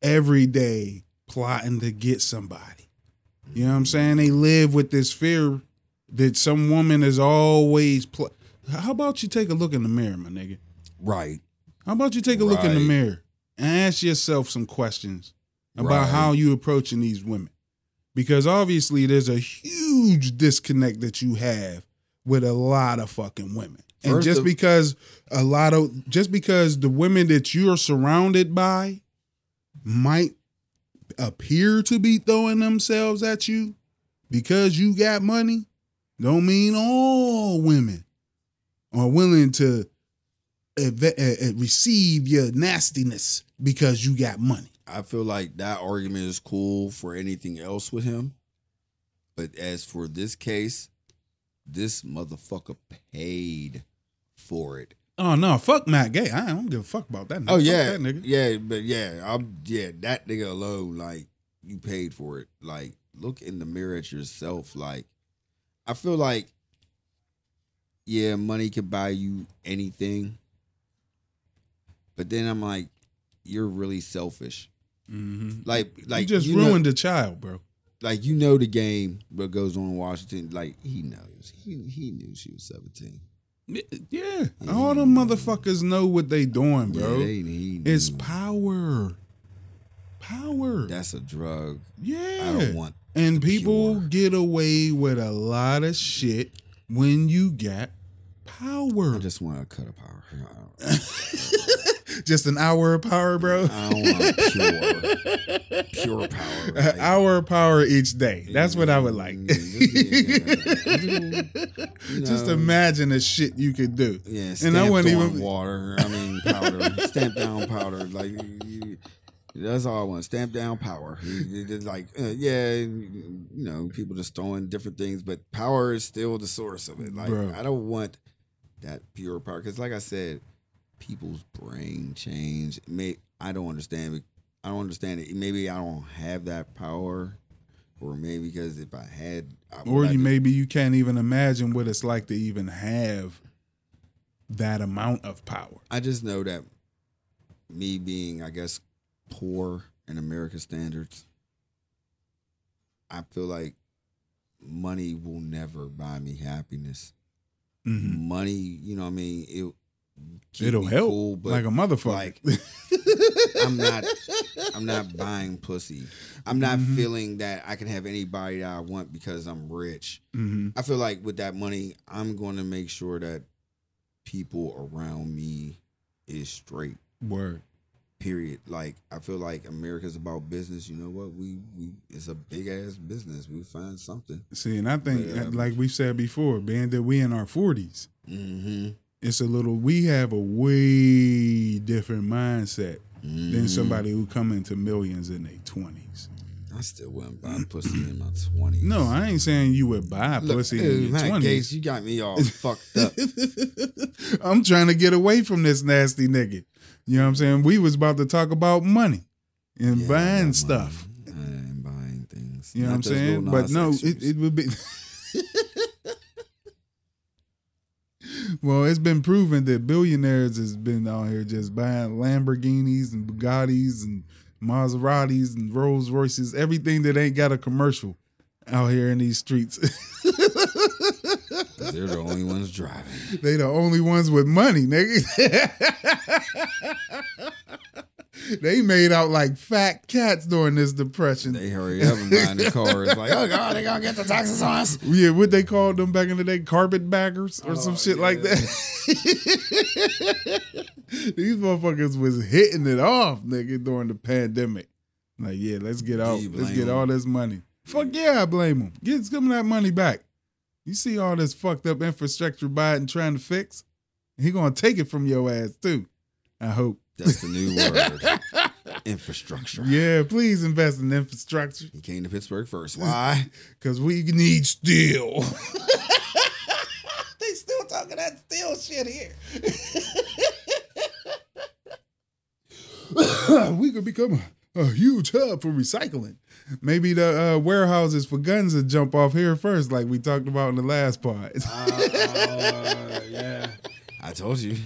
every day plotting to get somebody. You know what I'm saying? They live with this fear that some woman is always pl- How about you take a look in the mirror, my nigga?
Right.
How about you take a look in the
Right.
mirror and ask yourself some questions about
Right.
how you approaching these women? Because obviously there's a huge disconnect that you have with a lot of fucking women. And
First
just
of-
because a lot of just because the women that you're surrounded by might appear to be throwing themselves at you because you got money, don't mean all women are willing to ev- uh, uh, receive your nastiness because you got money.
I feel like that argument is cool for anything else with him. But as for this case, this motherfucker paid for it.
Oh no, fuck Matt Gay. I don't give a fuck about that. Nigga.
Oh
Fuck
yeah,
that nigga.
yeah, but yeah, I'm yeah that nigga alone. Like you paid for it. Like look in the mirror at yourself. Like I feel like yeah, money can buy you anything, but then I'm like, you're really selfish. Like like
Mm-hmm. you just
know-
ruined the child, bro.
like you know the game what goes on in Washington. Like he knows. He he knew she was seventeen.
Yeah, all them motherfuckers know what they doing, bro.
Yeah, they- he knew.
it's power, power.
that's a drug.
yeah,
I don't want
And
the
people
pure.
get away with a lot of shit when you got power.
I
Just,
just want to cut a power. I don't-
an hour of power, bro.
I don't want pure, pure power.
An
like,
hour of power each day. That's what I would like.
mm, yeah, you
Just
know,
imagine the shit you could do.
Yeah,
and I wouldn't
stamped on
even.
water. I mean, powder. stamp down powder. Like you- that's all I want. Stamp down power. You- you- it's Like uh, yeah, you know, people just throwing different things, but power is still the source of it. Like
Bro.
I don't want that pure power because, like I said, people's brain change. May I don't understand. it. I don't understand it. Maybe I don't have that power, or maybe because if I had, I would
Or
like
you
to-
maybe you can't even imagine what it's like to even have that amount of power.
I just know that me being, I guess, poor in America standards, I feel like money will never buy me happiness.
Mhm.
Money, you know, what I mean, it keep
It'll
me
help
cool, but
like a motherfucker.
like, I'm not, I'm not buying pussy. I'm not
Mm-hmm.
feeling that I can have anybody that I want because I'm rich.
Mhm.
I feel like with that money, I'm going to make sure that people around me is straight
Word.
period. Like I feel like America's about business. You know what? We we it's a big ass business. We find something.
See, and I think,
Yeah.
like we said before, being that we in our forties,
Mm-hmm.
it's a little. We have a way different mindset
Mm.
than somebody who come into millions in their twenties.
I still wouldn't buy pussy in my twenties.
No, I ain't saying you would buy
Look,
pussy
dude,
in your
man, Gates,
twenties.
you got me all fucked up.
I'm trying to get away from this nasty nigga. You know what I'm saying? We was about to talk about money and
Yeah, I got
buying
money.
stuff.
I ain't buying things.
You know
Not
what I'm
those
saying?
Lil
But
Nas
no,
X
it,
shits.
it would be. well, it's been proven that billionaires has been out here just buying Lamborghinis and Bugattis and Maseratis and Rolls Royces, everything that ain't got a commercial out here in these streets.
'Cause they're the only ones driving.
They the only ones with money, nigga. they made out like fat cats during this depression.
They hurry up and buy the car. It's like, oh god, they gonna get the taxes on us.
yeah, what they called them back in the day, carpetbaggers or
Oh,
some shit like that. These motherfuckers was hitting it off, nigga, during the pandemic. Like, yeah, let's get out,
you
let's
blame
get all this money. Fuck yeah, I blame them. Get some of that money back. You see all this fucked up infrastructure Biden trying to fix? He gonna take it from your ass too. I hope.
That's the new word. Infrastructure.
Yeah, please invest in infrastructure
He came to Pittsburgh first. Why?
because we need steel.
They still talking that still shit here.
we could become a, a huge hub for recycling. Maybe the uh, warehouses for guns would jump off here first, like we talked about in the last part.
yeah. I told you.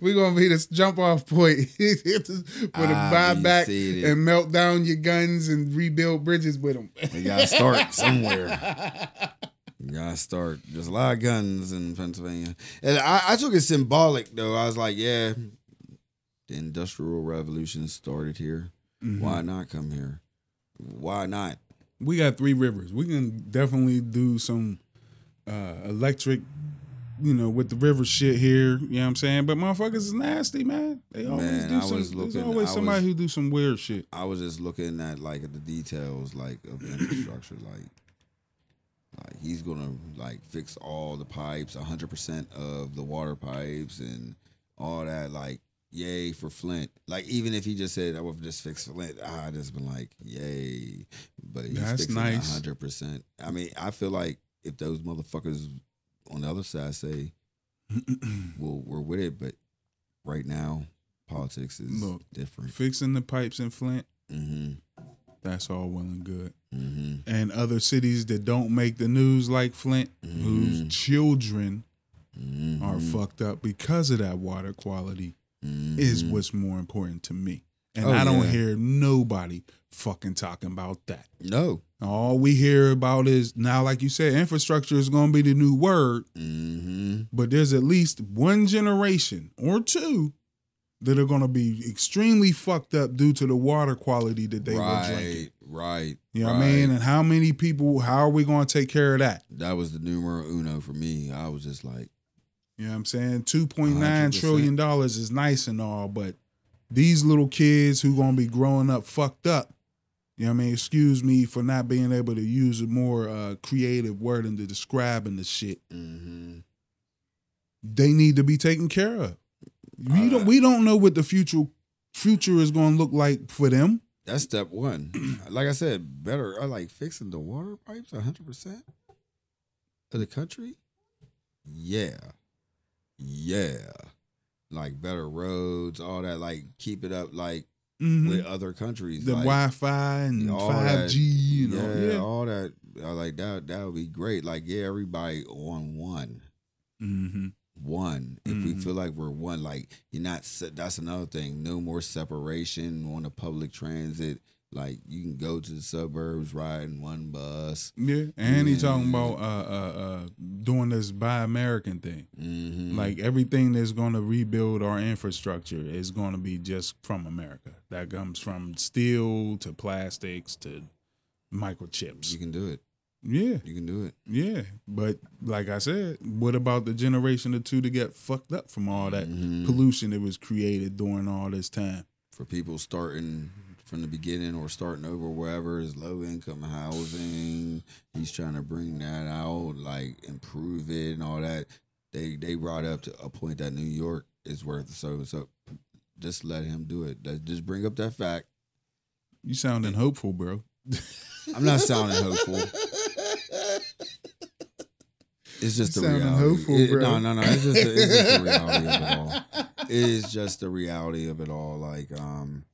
We're gonna be this jump off point for the
Ah, we
buyback
see it.
and melt down your guns and rebuild bridges with them.
We gotta start somewhere. You gotta start. There's a lot of guns in Pennsylvania, and I, I took it symbolic though. I was like, yeah, the industrial revolution started here. Why not come here? Why not?
We got three rivers. We can definitely do some uh, electric, you know, with the river shit here. You know what I'm saying? But motherfuckers is nasty, man. They always
Man,
do
I
some.
was
there's
looking-
always
I
somebody
was-
who do some weird shit.
I was just looking at like at the details like of infrastructure, like like he's gonna like fix all the pipes, hundred percent of the water pipes and all that. Like yay for Flint. Like even if he just said I would just fix Flint, I just been like yay. But he's
That's
fixing
nice.
hundred percent. I mean, I feel like if those motherfuckers on the other side say, "Well, we're with it," but right now politics is
Look,
different.
Fixing the pipes in Flint,
hmm
that's all well and good.
hmm
And other cities that don't make the news like Flint,
Mm-hmm.
whose children are fucked up because of that water quality, is what's more important to me. And
Mm-hmm. Oh,
I don't
yeah.
hear nobody fucking talking about that.
No.
All we hear about is now, like you said, infrastructure is going to be the new word,
Mm-hmm.
but there's at least one generation or two that are going to be extremely fucked up due to the water quality that they were drinking.
right, right.
You know
right.
what I mean? And how many people, how are we going to take care of that?
That was the numero uno for me. I was just like,
You know what I'm saying? Two point nine
100%.
trillion dollars is nice and all, but these little kids who gonna be growing up fucked up, you know what I mean? Excuse me for not being able to use a more uh, creative word into describing the shit.
mm-hmm.
They need to be taken care of. We don't we don't know what the future future is gonna look like for them.
that's step one. like I said, better. I like fixing the water pipes 100% of the country. Yeah. Yeah. Like better roads, all that. Like keep it up like
Mhm.
with other countries.
The
like,
Wi Fi and
all
five G, you know.
yeah,
Yeah.
all that. I like that. That would be great. Like, yeah, everybody on one.
Mm-hmm.
one. If we
Mhm.
feel like we're one, like you're not. se- That's another thing. No more separation on the public transit. Like you can go to the suburbs riding one bus.
Yeah. And he talking
Yeah.
about uh uh uh doing this buy American thing.
Mm-hmm.
Like everything that's going to rebuild our infrastructure is going to be just from America. That comes from steel to plastics to
you
microchips.
can do it.
Yeah,
You can do it.
yeah. But like I said, what about the generation or two that got fucked up from all that
Mhm.
pollution that was created during all this time?
for people starting from the beginning or starting over wherever is low income housing. He's trying to bring that out, like improve it and all that. They they brought up to a point that New York is worth so so. Just let him do it. That- Just bring up that fact.
You sounding hopeful, bro.
I'm not sounding hopeful. It's just
You
the
sounding
reality.
hopeful,
It-
bro.
No, no, no. It's just, the, it's just the reality of it all. It's just the reality of it all. Like, um,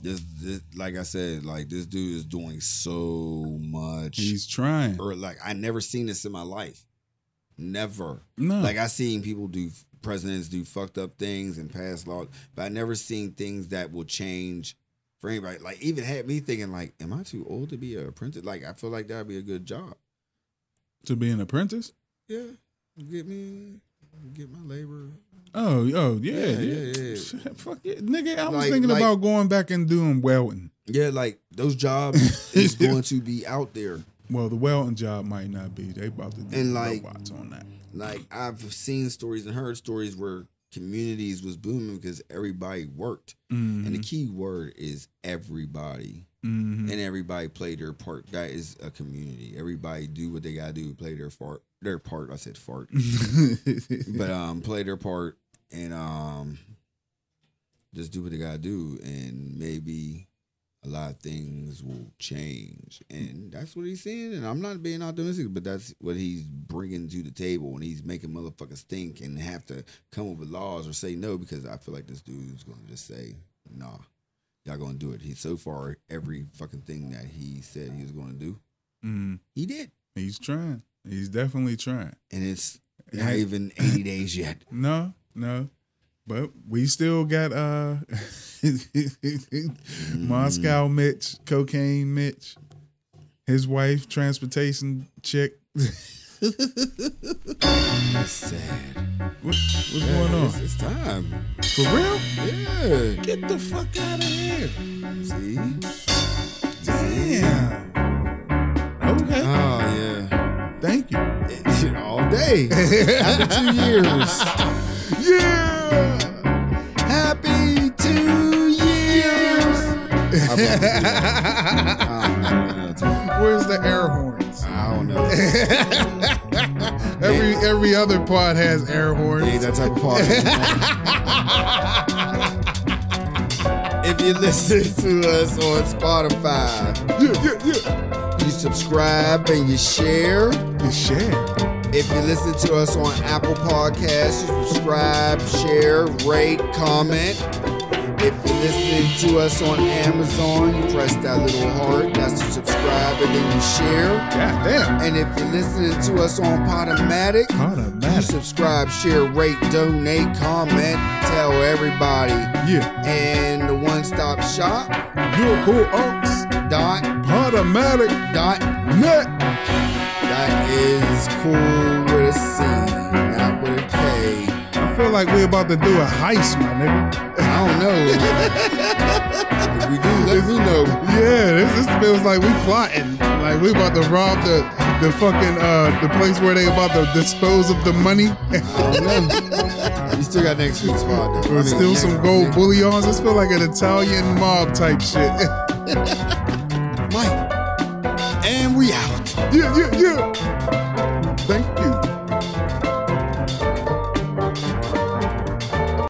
this, this, like I said, like this dude is doing so much.
He's trying.
or like I never seen this in my life. Never.
No.
Like I seen people do presidents do fucked up things and pass laws, but I never seen things that will change for anybody. Like even had me thinking like, am I too old to be an apprentice? Like I feel like that'd be a good job.
to be an apprentice.
Yeah, get me, get my labor.
Oh, oh, yeah, yeah,
yeah, yeah.
Shit, Fuck yeah, nigga. I was
Like-
thinking
like-
about going back and doing welding.
Yeah, like those jobs is going to be out there.
Well, the welding job might not be. They about to do
And, like-
robots on that.
Like I've seen stories and heard stories where communities was booming because everybody worked, and
Mm-hmm.
the key word is everybody.
Mhm.
and everybody play their part. That is a community. Everybody do what they gotta do, play their part. Their part. I said fart, but um, play their part and um, just do what they gotta do, and maybe a lot of things will change. And that's what he's saying. And I'm not being optimistic, but that's what he's bringing to the table. And he's making motherfuckers think and have to come up with laws or say no because I feel like this dude's gonna just say nah y'all gonna do it. He so far every fucking thing that he said he was gonna do,
Mm.
he did,
He's trying. He's definitely trying.
and it's not even eighty days yet.
No, no. But we still got uh
Mm.
Moscow Mitch, cocaine Mitch, his wife, transportation chick.
That's sad.
What, what's going on?
It's, it's time.
For real?
Yeah.
Get the fuck out of here.
See.
Damn. Okay.
Oh yeah.
Thank you.
It- shit, all day. After two years.
Yeah.
Happy two years. I don't know.
Where's the air horns?
I don't know.
Every every other pod has air horns.
Ain't that type of party. if you listen to us on Spotify, you subscribe and you share.
You share.
If you listen to us on Apple Podcasts, you subscribe, share, rate, comment. If you're listening to us on Amazon, you press that little heart. That's to subscribe and then you share.
God damn.
And if you're listening to us on Podomatic, you
Automatic.
subscribe, share, rate, donate, comment, tell everybody.
Yeah.
And the one stop shop
You're cool unks.
dot
Automatic.
dot
Net.
that is cool with a C, not with a K.
I feel like we're about to do a heist, my nigga.
I don't know. if we do, let me know.
Yeah, this, this feels like we plotting. Like we about to rob the the fucking uh the place where they about to dispose of the money.
I don't know. We still got next week's pod though. I mean,
There's still
next-
some gold bullions. This feel like an Italian mob type shit.
Mike. And we out.
yeah, yeah, yeah.